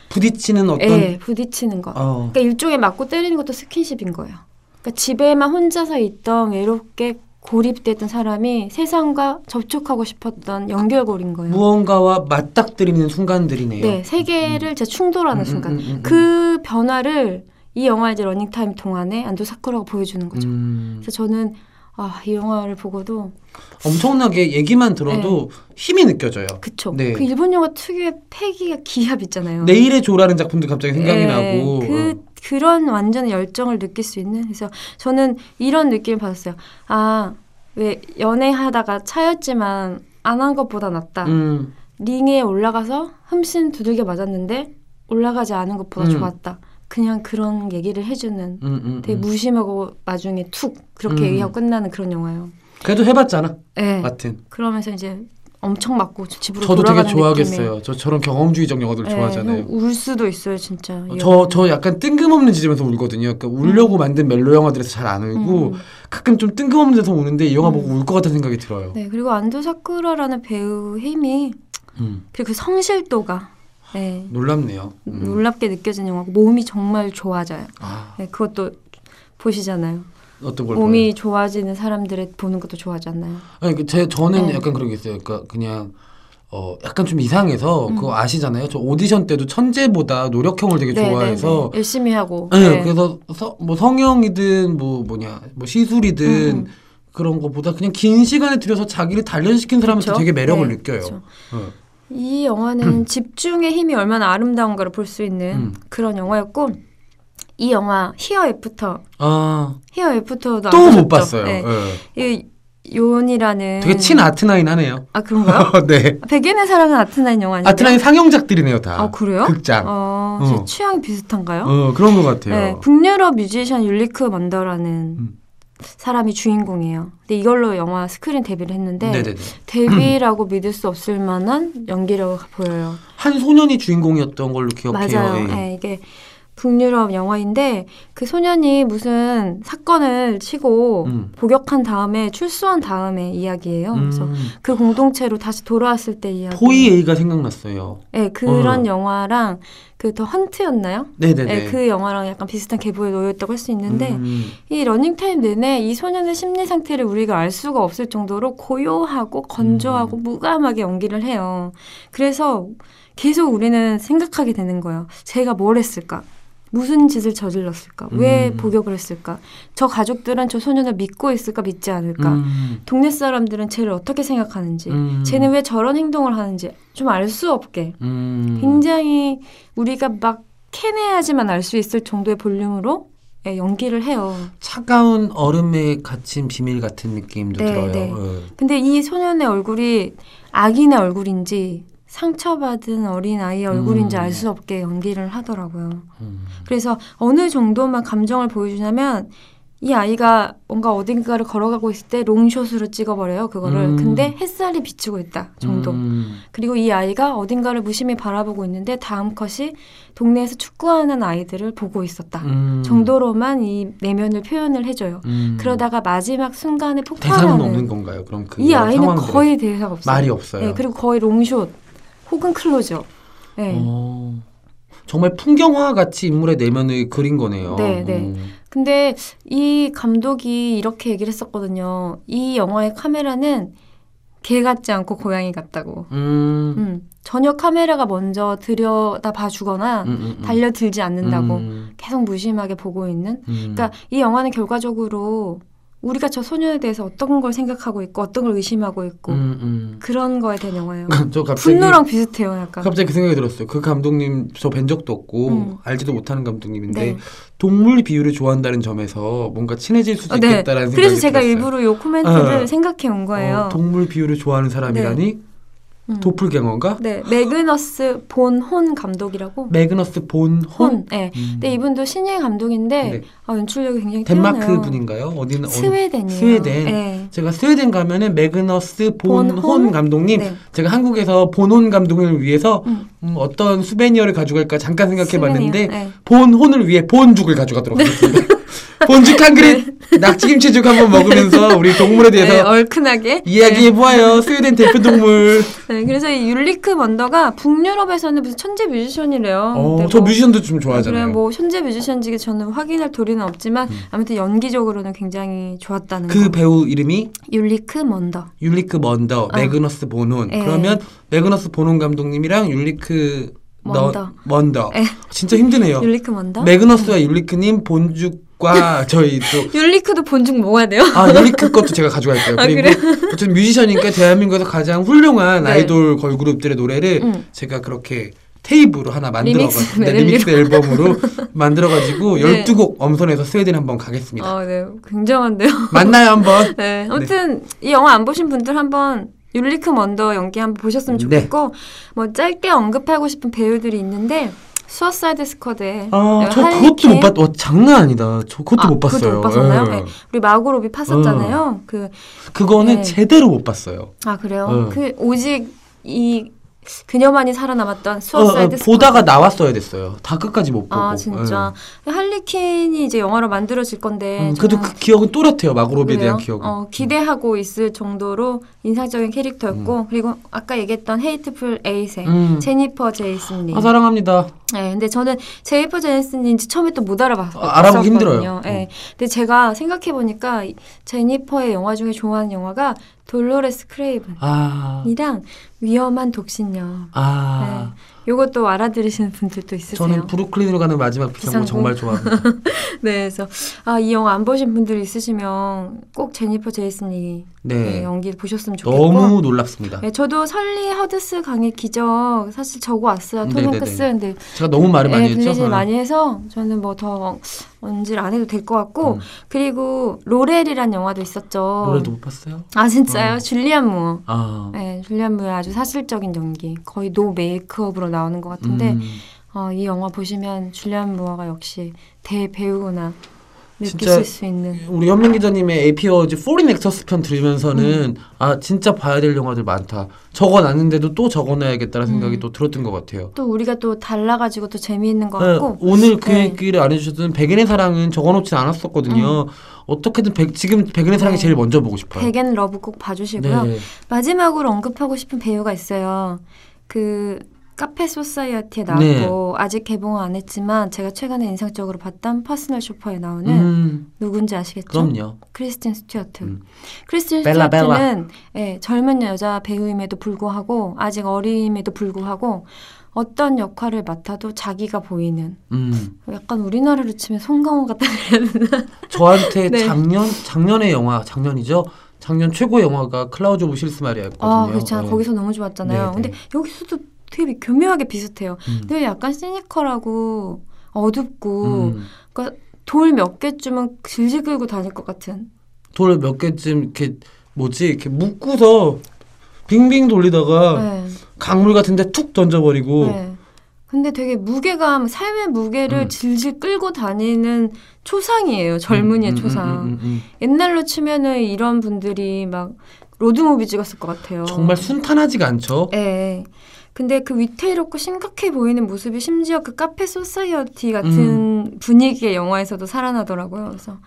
S1: 부딪히는 어떤
S2: 예, 부딪히는 거.
S1: 어,
S2: 그러니까 일종의 맞고 때리는 것도 스킨십인 거예요. 그러니까 집에만 혼자서 있던 외롭게 고립됐던 사람이 세상과 접촉하고 싶었던 연결고리인 거예요.
S1: 무언가와 맞닥뜨리는 순간들이네요.
S2: 네, 세계를 진짜 충돌하는
S1: 음,
S2: 순간.
S1: 음, 음, 음,
S2: 그 변화를 이 영화 이제 러닝타임 동안에 안도 사쿠라가 보여주는 거죠.
S1: 음.
S2: 그래서 저는 아, 이 영화를 보고도
S1: 엄청나게 얘기만 들어도 힘이 느껴져요.
S2: 네. 그쵸.
S1: 네.
S2: 그 일본 영화 특유의 패기가 기합 있잖아요.
S1: 내일의 조라는 작품도 갑자기 생각이
S2: 예,
S1: 나고 어.
S2: 그 그런 완전한 열정을 느낄 수 있는 그래서 저는 이런 느낌을 받았어요. 아, 왜 연애하다가 차였지만 안 한 것보다 낫다.
S1: 음,
S2: 링에 올라가서 흠씬 두들겨 맞았는데 올라가지 않은 것보다
S1: 음.
S2: 좋았다. 그냥 그런 얘기를 해주는
S1: 음, 음,
S2: 되게
S1: 음.
S2: 무심하고 나중에 툭 그렇게
S1: 음.
S2: 얘기하고 끝나는 그런 영화예요.
S1: 그래도 해봤잖아.
S2: 네.
S1: 마틴.
S2: 그러면서 이제 엄청 맞고 집으로
S1: 저도 되게
S2: 돌아가는
S1: 좋아하겠어요. 저처럼 경험주의적 영화들
S2: 느낌의. 예,
S1: 좋아하잖아요.
S2: 형, 울 수도 있어요, 진짜. 예. 이
S1: 저 저 약간 뜬금없는 지점에서 울거든요. 그러니까 울려고 만든 멜로 영화들에서 잘 안 울고
S2: 음.
S1: 가끔 좀 뜬금없는 데서 우는데 이 영화
S2: 음.
S1: 보고 울 것 같다는 생각이 들어요.
S2: 네, 그리고 안도 사쿠라라는 배우의 힘이
S1: 음,
S2: 그리고 그 성실도가 네,
S1: 놀랍네요. 음.
S2: 놀랍게 느껴진 영화고 몸이 정말 좋아져요.
S1: 아,
S2: 네, 그것도 보시잖아요.
S1: 어떤 걸
S2: 몸이 좋아지는 사람들의 보는 것도 좋아하지 않나요?
S1: 봐요? 아니, 그 제, 저는
S2: 네.
S1: 약간 그런 게 있어요. 그러니까 그냥 어 약간 좀 이상해서
S2: 음.
S1: 그거 아시잖아요. 저 오디션 때도 천재보다 노력형을 되게
S2: 네,
S1: 좋아해서
S2: 네, 네. 열심히 하고.
S1: 네, 그래서 서, 뭐 성형이든 뭐 뭐냐 뭐 시술이든
S2: 음.
S1: 그런 것보다 그냥 긴 시간에 들여서 자기를 단련시킨 사람한테
S2: 그쵸?
S1: 되게 매력을
S2: 네,
S1: 느껴요.
S2: 그쵸.
S1: 어.
S2: 이 영화는 집중의 힘이 얼마나 아름다운가를 볼 수 있는
S1: 음.
S2: 그런 영화였고 이 영화 히어 애프터
S1: 아,
S2: 히어 애프터도
S1: 또
S2: 안
S1: 못
S2: 보셨죠?
S1: 봤어요.
S2: 네.
S1: 예.
S2: 이 요온이라는
S1: 되게 친 아트나인 하네요.
S2: 아 그런가요?
S1: 네.
S2: 백인의 사랑은 아트나인 영화 아니에요?
S1: 아트나인 상영작들이네요 다.
S2: 아 그래요?
S1: 극장. 어.
S2: 어, 제
S1: 어.
S2: 취향이 비슷한가요?
S1: 그런 것 같아요.
S2: 네, 북유럽 뮤지션 율리크 만더라는
S1: 음.
S2: 사람이 주인공이에요. 근데 이걸로 영화 스크린 데뷔를 했는데
S1: 네네네.
S2: 데뷔라고 믿을 수 없을 만한 연기력을 보여요.
S1: 한 소년이 주인공이었던 걸로 기억해요.
S2: 맞아요.
S1: 예.
S2: 네, 이게 북유럽 영화인데 그 소년이 무슨 사건을 치고
S1: 음.
S2: 복역한 다음에 출소한 다음에 이야기예요. 그래서
S1: 음,
S2: 그 공동체로 다시 돌아왔을 때 이야기.
S1: 포이 A가 생각났어요.
S2: 네, 그런
S1: 어.
S2: 영화랑 그 더 헌트였나요?
S1: 네네네.
S2: 네, 그 영화랑 약간 비슷한 계보에 놓였다고 할 수 있는데
S1: 음,
S2: 이 러닝타임 내내 이 소년의 심리 상태를 우리가 알 수가 없을 정도로 고요하고
S1: 음.
S2: 건조하고 무감하게 연기를 해요. 그래서 계속 우리는 생각하게 되는 거예요. 제가 뭘 했을까? 무슨 짓을 저질렀을까? 왜
S1: 음.
S2: 복역을 했을까? 저 가족들은 저 소년을 믿고 있을까? 믿지 않을까?
S1: 음,
S2: 동네 사람들은 쟤를 어떻게 생각하는지,
S1: 음.
S2: 그러니까 쟤는 왜 저런 행동을 하는지 좀 알 수 없게
S1: 음.
S2: 굉장히 우리가 막 캐내야지만 알 수 있을 정도의 볼륨으로 예, 연기를 해요.
S1: 차가운 얼음에 갇힌 비밀 같은 느낌도
S2: 네,
S1: 들어요.
S2: 네.
S1: 예.
S2: 근데 이 소년의 얼굴이 아기네 얼굴인지 상처받은 어린 아이의 얼굴인지
S1: 음.
S2: 알 수 없게 연기를 하더라고요.
S1: 음.
S2: 그래서 어느 정도만 감정을 보여주냐면 이 아이가 뭔가 어딘가를 걸어가고 있을 때 롱숏으로 찍어버려요 그거를
S1: 음.
S2: 근데 햇살이 비치고 있다 정도
S1: 음.
S2: 그리고 이 아이가 어딘가를 무심히 바라보고 있는데 다음 컷이 동네에서 축구하는 아이들을 보고 있었다
S1: 음.
S2: 그 정도로만 이 내면을 표현을 해줘요
S1: 음.
S2: 그러다가 마지막 순간에
S1: 대사는
S2: 폭발하는
S1: 없는 건가요? 그럼 그
S2: 이 아이는
S1: 상황들에서?
S2: 거의 대사가 없어요.
S1: 말이 없어요.
S2: 네, 그리고 거의 롱숏 혹은 클로저. 네.
S1: 어. 정말 풍경화 같이 인물의 내면을 그린 거네요.
S2: 네, 네.
S1: 음.
S2: 근데 이 감독이 이렇게 얘기를 했었거든요. 이 영화의 카메라는 개 같지 않고 고양이 같다고.
S1: 음.
S2: 음. 전혀 카메라가 먼저 들여다 봐주거나
S1: 음, 음, 음.
S2: 달려들지 않는다고
S1: 음,
S2: 계속 무심하게 보고 있는.
S1: 음.
S2: 그러니까 이 영화는 결과적으로 우리가 저 소녀에 대해서 어떤 걸 생각하고 있고 어떤 걸 의심하고 있고
S1: 음,
S2: 그런 거에 대한 영화예요.
S1: 음. 저 갑자기
S2: 분노랑 비슷해요, 약간.
S1: 갑자기 그 생각이 들었어요. 그 감독님 저 뵌 적도 없고
S2: 음.
S1: 알지도 못하는 감독님인데
S2: 네.
S1: 동물 비유를 좋아한다는 점에서 뭔가 친해질 수도
S2: 어, 네.
S1: 아, 있겠다라는 생각이
S2: 그래서 제가
S1: 들었어요.
S2: 일부러 요 코멘트를
S1: 어.
S2: 생각해 온 거예요.
S1: 어, 동물 비유를 좋아하는 사람이라니
S2: 음.
S1: 도플갱어인가?
S2: 네, 매그너스 본혼 감독이라고.
S1: 매그너스 본혼.
S2: 혼. 네.
S1: 음.
S2: 근데 이분도 신예 감독인데
S1: 네.
S2: 아, 연출력이 굉장히
S1: 덴마크
S2: 뛰어나요.
S1: 분인가요? 어디는 어느?
S2: 스웨덴이요.
S1: 스웨덴.
S2: 네.
S1: 제가 스웨덴 가면은 매그너스 본혼
S2: 본혼?
S1: 감독님.
S2: 네.
S1: 제가 한국에서 본혼 감독님을 위해서
S2: 음.
S1: 음, 어떤 수베니어를 가져갈까 잠깐 생각해봤는데
S2: 스웨덴이요. 네.
S1: 본혼을 위해 본죽을 가져가도록 하겠습니다. 본죽 한 그릇 낙지김치죽 한번 먹으면서 우리 동물에 대해서
S2: 네, 얼큰하게.
S1: 이야기해보아요. 스웨덴 대표 동물.
S2: 네, 그래서 이 율리크 먼더가 북유럽에서는 무슨 천재 뮤지션이래요.
S1: 어,
S2: 근데
S1: 저
S2: 뭐-
S1: 뮤지션도 좀 좋아하잖아요. 음.
S2: 그래 뭐 현재 뮤지션지기 저는 확인할 도리는 없지만 아무튼 연기적으로는 굉장히 좋았다는
S1: 그
S2: 거.
S1: 배우 이름이
S2: 율리크 먼더.
S1: 율리크 먼더,
S2: 아.
S1: 매그너스 본혼.
S2: 예.
S1: 그러면 매그너스 본혼 감독님이랑 율리크
S2: 먼더.
S1: 너, 먼더.
S2: 예.
S1: 진짜 힘드네요.
S2: 율리크 먼더.
S1: 어. 매그너스와 율리크님 본죽과 저희 또
S2: 율리크도 본중 뭐가 돼요?
S1: 아, 율리크 것도 제가 가져갈게요.
S2: 아,
S1: 그리고 어쨌든 뮤지션이니까 대한민국에서 가장 훌륭한
S2: 네.
S1: 아이돌 걸그룹들의 노래를
S2: 음.
S1: 제가 그렇게 테이프로 하나 만들어가지고
S2: 리믹스
S1: 네,
S2: 멜로디로.
S1: 리믹스 앨범으로 만들어가지고
S2: 네.
S1: 12곡 엄선해서 스웨덴 한번 가겠습니다.
S2: 아, 네. 굉장한데요.
S1: 만나요 한번.
S2: 네. 아무튼 이 영화 안 보신 분들 한번 율리크 먼더 연기 한번 보셨으면
S1: 네.
S2: 좋겠고 뭐 짧게 언급하고 싶은 배우들이 있는데 수어사이드 스쿼드의
S1: 아, 저
S2: 할리
S1: 그것도
S2: 퀸.
S1: 못 봤, 와, 장난 아니다. 저 그것도
S2: 아,
S1: 못
S2: 그것도
S1: 봤어요.
S2: 못 봤었나요?
S1: 예.
S2: 네. 우리 마고로비 팠었잖아요. 그
S1: 그거는
S2: 네.
S1: 제대로 못 봤어요.
S2: 아 그래요?
S1: 어.
S2: 그 오직 이 그녀만이 살아남았던
S1: 어, 어,
S2: 수어사이드 스쿼드.
S1: 보다가 나왔어야 됐어요. 다 끝까지 못 보고.
S2: 아 진짜 할리퀸이 이제 영화로 만들어질
S1: 예.
S2: 건데
S1: 음, 그래도
S2: 저는
S1: 그 기억은 또렷해요. 마고로비에
S2: 그래요?
S1: 대한 기억은. 음.
S2: 어, 기대하고 있을 정도로 인상적인 캐릭터였고 그리고 아까 얘기했던 헤이트풀 에잇의
S1: 음.
S2: 네. 제니퍼 제이슨님.
S1: 아, 사랑합니다.
S2: 네, 근데 저는 제이퍼 제이슨인지 처음에 또 못 알아봤어요.
S1: 아, 알아보기 힘들어요.
S2: 네, 근데 제가 생각해 보니까 제니퍼의 영화 중에 좋아하는 영화가 돌로레스 크레이븐.
S1: 아,
S2: 이랑 위험한 독신녀. 네.
S1: 아.
S2: 요것도 알아들으시는 분들도 있으세요?
S1: 저는 브루클린으로 가는 마지막 비상구
S2: 비상구.
S1: 정말 좋아합니다.
S2: 네, 그래서 아, 이 영화 안 보신 분들 있으시면 꼭 제니퍼 제이슨이
S1: 네.
S2: 연기를 보셨으면 좋겠고.
S1: 너무 놀랍습니다.
S2: 네, 저도 설리 허드스 강의 기적 사실 적어 왔어요. 톰
S1: 음, 네네네.
S2: 행크스. 근데
S1: 제가 너무 말을 많이
S2: 예,
S1: 했죠.
S2: 빌리지
S1: 아.
S2: 많이 해서 저는 뭐 더 언질 안 해도 될 것 같고
S1: 음.
S2: 그리고 로렐이란 영화도 있었죠.
S1: 노래도 못 봤어요?
S2: 아 진짜요?
S1: 어.
S2: 줄리안 무어.
S1: 아.
S2: 네, 줄리안 무어의 아주 사실적인 연기. 거의 노 메이크업으로 나오는 것 같은데
S1: 음.
S2: 어, 이 영화 보시면 줄리안 무어가 역시 대배우구나
S1: 진짜
S2: 느끼실 수 있는.
S1: 우리 현민 기자님의 에피어즈 포린 넥서스 편 들으면서는
S2: 음.
S1: 아 진짜 봐야 될 영화들 많다. 적어놨는데도 또 적어놔야겠다는 생각이
S2: 음.
S1: 또 들었던 것 같아요.
S2: 또 우리가 또 달라가지고 또 재미있는 것
S1: 네,
S2: 같고.
S1: 오늘 그
S2: 네.
S1: 얘기를 안 해주셨던 백인의 사랑은 적어놓지 않았었거든요. 어떻게든 백- 지금 백인의 사랑이
S2: 음. 네.
S1: 제일 먼저 보고 싶어요.
S2: 백앤 러브 꼭 봐주시고요.
S1: 그 네.
S2: 마지막으로 언급하고 싶은 배우가 있어요. 그 카페 소사이어티에 나왔고
S1: 네.
S2: 아직 개봉은 안 했지만 제가 최근에 인상적으로 봤던 퍼스널 쇼퍼에 나오는
S1: 음,
S2: 누군지 아시겠죠?
S1: 그럼요.
S2: 크리스틴 스튜어트.
S1: 음.
S2: 크리스틴
S1: 벨라,
S2: 스튜어트는 예, 젊은 여자 배우임에도 불구하고 아직 어림에도 불구하고 어떤 역할을 맡아도 자기가 보이는
S1: 음.
S2: 약간 우리나라로 치면 송강호 같다 그래야 되나?
S1: 저한테
S2: 네.
S1: 작년 작년의 영화 작년이죠. 작년 최고 영화가 클라우드 오브 실스마리아였거든요.
S2: 아, 그렇잖아.
S1: 네.
S2: 거기서 너무 좋았잖아요.
S1: 네,
S2: 근데 여기서도 되게 교묘하게 비슷해요.
S1: 음.
S2: 근데 약간 시니컬하고 어둡고
S1: 음.
S2: 돌 몇 개쯤은 질질 끌고 다닐 것 같은.
S1: 돌을 몇 개쯤 이렇게 뭐지 이렇게 묶고서 빙빙 돌리다가
S2: 네.
S1: 강물 같은데 툭 던져버리고
S2: 네. 근데 되게 무게감, 삶의 무게를
S1: 음.
S2: 질질 끌고 다니는 초상이에요. 젊은이의
S1: 음, 음,
S2: 초상.
S1: 음, 음, 음.
S2: 옛날로 치면은 이런 분들이 막 로드무비 찍었을 것 같아요.
S1: 정말 순탄하지가 않죠.
S2: 예. 근데 그 위태롭고 심각해 보이는 모습이 심지어 그 카페 소사이어티 같은
S1: 음.
S2: 분위기의 영화에서도 살아나더라고요. 그래서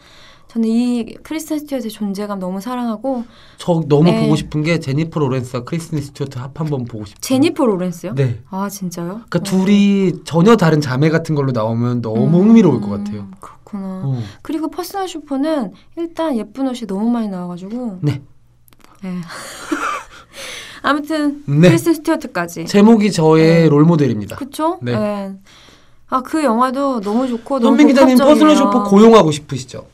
S2: 저는 이 크리스틴 스튜어트의 존재감 너무 사랑하고
S1: 저 너무
S2: 네.
S1: 보고 싶은 게 제니퍼 로렌스와 크리스틴 스튜어트 합 한번 보고 싶어요.
S2: 제니퍼 로렌스요?
S1: 네.
S2: 아 진짜요?
S1: 그러니까
S2: 어.
S1: 둘이 전혀 다른 자매 같은 걸로 나오면 너무
S2: 음, 네.
S1: 흥미로울 것 같아요.
S2: 그렇구나.
S1: 어.
S2: 그리고 퍼스널 슈퍼는 일단 예쁜 옷이 너무 많이 나와가지고.
S1: 네.
S2: 예. 아무튼
S1: 네.
S2: 크리스틴 스튜어트까지.
S1: 제목이 저의
S2: 네.
S1: 롤모델입니다.
S2: 그쵸?
S1: 네.
S2: 예. 아그 영화도 너무 좋고 너무
S1: 선배 기자님
S2: 복합적이에요.
S1: 퍼스널 쇼퍼 고용하고 싶으시죠?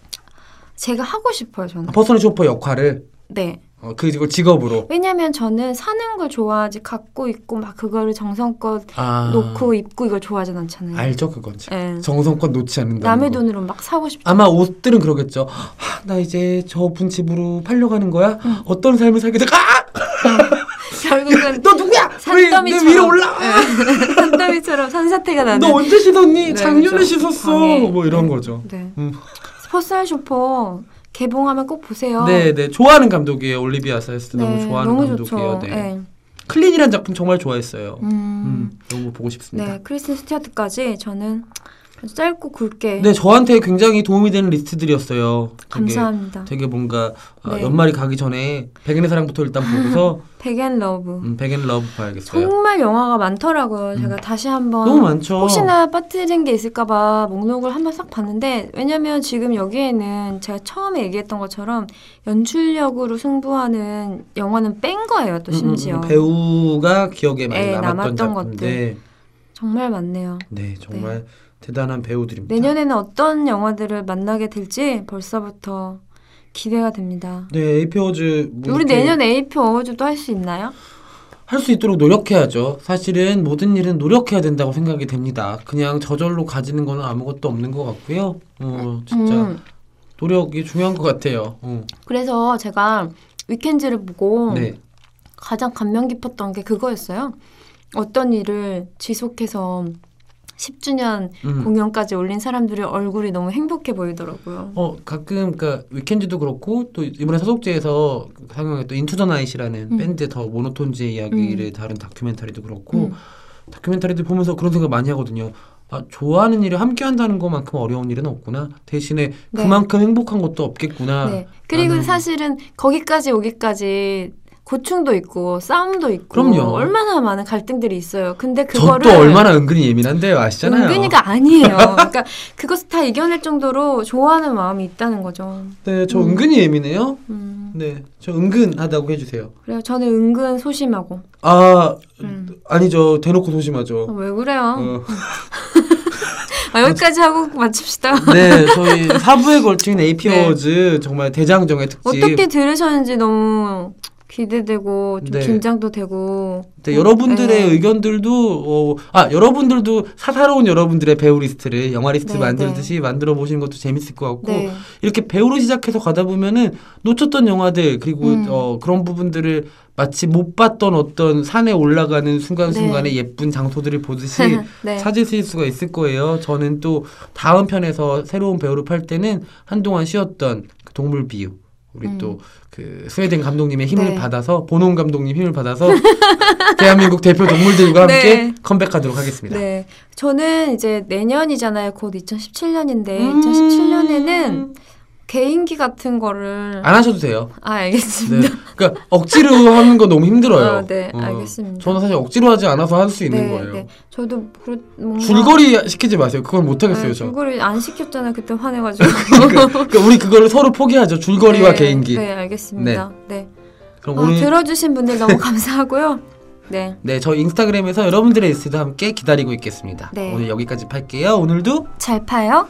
S2: 제가 하고 싶어요, 저는.
S1: 아, 퍼스널 쇼퍼 역할을
S2: 네.
S1: 어, 그 이걸 직업으로
S2: 왜냐면 저는 사는 걸 좋아하지 갖고 있고 막 그거를 정성껏
S1: 아,
S2: 놓고 입고 이걸 좋아하진 않잖아요.
S1: 알죠 그건지
S2: 예.
S1: 정성껏 놓지 않는다.
S2: 남의 돈으로 막 사고 싶죠.
S1: 아마 옷들은 그러겠죠. 하, 나 이제 저분 집으로 팔려가는 거야. 어떤 삶을 살게 될까? 아!
S2: 결국은
S1: 너 누구야? 왜내
S2: 산더미처럼
S1: 위로 올라?
S2: 예. 산더미처럼 산사태가 나는.
S1: 어, 너 언제 씻었니?
S2: 네,
S1: 작년에
S2: 그렇죠.
S1: 씻었어.
S2: 방에.
S1: 뭐 이런 거죠.
S2: 네.
S1: 음.
S2: 퍼스널 쇼퍼 개봉하면 꼭 보세요.
S1: 네, 네. 좋아하는 감독이에요. 올리비아 사이스도 너무
S2: 네,
S1: 좋아하는
S2: 너무
S1: 감독이에요.
S2: 좋죠.
S1: 네.
S2: 네.
S1: 클린이란 작품 정말 좋아했어요.
S2: 음.
S1: 음, 너무 보고 싶습니다.
S2: 네, 크리스틴 스튜어트까지 저는 아주 짧고 굵게
S1: 네, 저한테 굉장히 도움이 되는 리스트들이었어요. 되게,
S2: 감사합니다.
S1: 되게 뭔가 어,
S2: 네.
S1: 연말이 가기 전에 백엔의 사랑부터 일단 보고서
S2: 백앤 러브.
S1: 음, 백엔 러브 봐야겠어요.
S2: 정말 영화가 많더라고요. 제가 다시 한번
S1: 너무 많죠. 음,
S2: 혹시나 빠뜨린 게 있을까봐 목록을 한번 싹 봤는데 왜냐면 지금 여기에는 제가 처음에 얘기했던 것처럼 연출력으로 승부하는 영화는 뺀 거예요.
S1: 음,
S2: 또
S1: 음,
S2: 심지어
S1: 음, 배우가 기억에 많이
S2: 네,
S1: 남았던,
S2: 남았던
S1: 작품인데
S2: 정말 많네요.
S1: 네, 정말 대단한 배우들입니다.
S2: 내년에는 어떤 영화들을 만나게 될지 벌써부터 기대가 됩니다.
S1: 네, 에이피어즈
S2: 우리 내년 에이프 어워즈도 할 수 있나요?
S1: 할수 있도록 노력해야죠. 사실은 모든 일은 노력해야 된다고 생각이 됩니다. 그냥 저절로 가지는 거는 아무것도 없는 것 같고요. 어, 진짜
S2: 음.
S1: 노력이 중요한 것 같아요. 어.
S2: 그래서 제가 위켄즈를 보고
S1: 네.
S2: 가장 감명 깊었던 게 그거였어요. 어떤 일을 지속해서 10주년
S1: 음.
S2: 공연까지 올린 사람들의 얼굴이 너무 행복해 보이더라고요.
S1: 어 가끔 그러니까 위켄즈도 그렇고 또 이번에 서독제에서 상영했던 인투 더 나잇이라는
S2: 음.
S1: 밴드의 더 모노톤즈의 이야기를 다룬 다큐멘터리도 그렇고
S2: 음.
S1: 다큐멘터리들 보면서 그런 생각 많이 하거든요. 아 좋아하는 일을 함께 한다는 것만큼 어려운 일은 없구나. 대신에
S2: 네.
S1: 그만큼 행복한 것도 없겠구나.
S2: 네. 그리고
S1: 아. 나는-
S2: 사실은 거기까지 오기까지 고충도 있고 싸움도 있고
S1: 그럼요.
S2: 얼마나 많은 갈등들이 있어요. 근데
S1: 저
S2: 그거를
S1: 또 얼마나 은근히 예민한데요, 아시잖아요.
S2: 은근히가 아니에요. 그러니까 그것을 다 이겨낼 정도로 좋아하는 마음이 있다는 거죠.
S1: 네, 저 은근히 예민해요.
S2: 음.
S1: 네, 저 은근하다고 해주세요.
S2: 그래요. 저는 은근 소심하고.
S1: 아,
S2: 음.
S1: 아니죠. 대놓고
S2: 어,
S1: 소심하죠.
S2: 왜 그래요?
S1: 어.
S2: 아, 여기까지 하고 마칩시다.
S1: 네, 저희 4부에 걸친 APO즈 정말 대장정의 특집.
S2: 네. 어떻게 들으셨는지 너무 기대되고 좀
S1: 네.
S2: 긴장도 되고.
S1: 네, 여러분들의
S2: 네.
S1: 의견들도 어, 아 여러분들도 사사로운 여러분들의 배우 리스트를 영화 리스트
S2: 네,
S1: 만들듯이 만들어 보시는 것도 재밌을 것 같고
S2: 네.
S1: 이렇게 배우로 시작해서 가다 보면은 놓쳤던 영화들 그리고
S2: 음.
S1: 어, 그런 부분들을 마치 못 봤던 어떤 산에 올라가는 순간순간의 예쁜 장소들을 보듯이
S2: 네.
S1: 찾으실 수가 있을 거예요. 저는 또 다음 편에서 새로운 배우를 팔 때는 한동안 쉬었던 그 동물 비유 우리
S2: 음.
S1: 또 그 스웨덴 감독님의 힘을
S2: 네.
S1: 받아서 보농 감독님 힘을 받아서 대한민국 대표 동물들과 함께
S2: 네.
S1: 컴백하도록 하겠습니다.
S2: 네. 저는 이제 내년이잖아요. 곧 2017년인데
S1: 음.
S2: 2017년에는 개인기 같은 거를 아,
S1: 안 하셔도 돼요. 네.
S2: 알겠습니다.
S1: 그러니까 억지로 하는 건 너무 힘들어요.
S2: 어, 네, 알겠습니다.
S1: 저는 사실 억지로 하지 않아서 할 수 네. 있는 거예요.
S2: 네, 저도 그렇 뭔가
S1: 줄거리 시키지 마세요. 그건 못 하겠어요,
S2: 네,
S1: 저.
S2: 줄거리 안 시켰잖아요. 그때 화내 가지고.
S1: 그러니까 우리 그거를 서로 포기하죠. 줄거리와 개인기.
S2: 네, 알겠습니다. 네.
S1: 그럼
S2: 아,
S1: 오늘
S2: 들어주신 분들 너무 감사하고요. 네.
S1: 네, 저 인스타그램에서 여러분들의 리스트도 함께 기다리고 있겠습니다.
S2: 네.
S1: 오늘 여기까지 팔게요. 오늘도
S2: 잘 파요.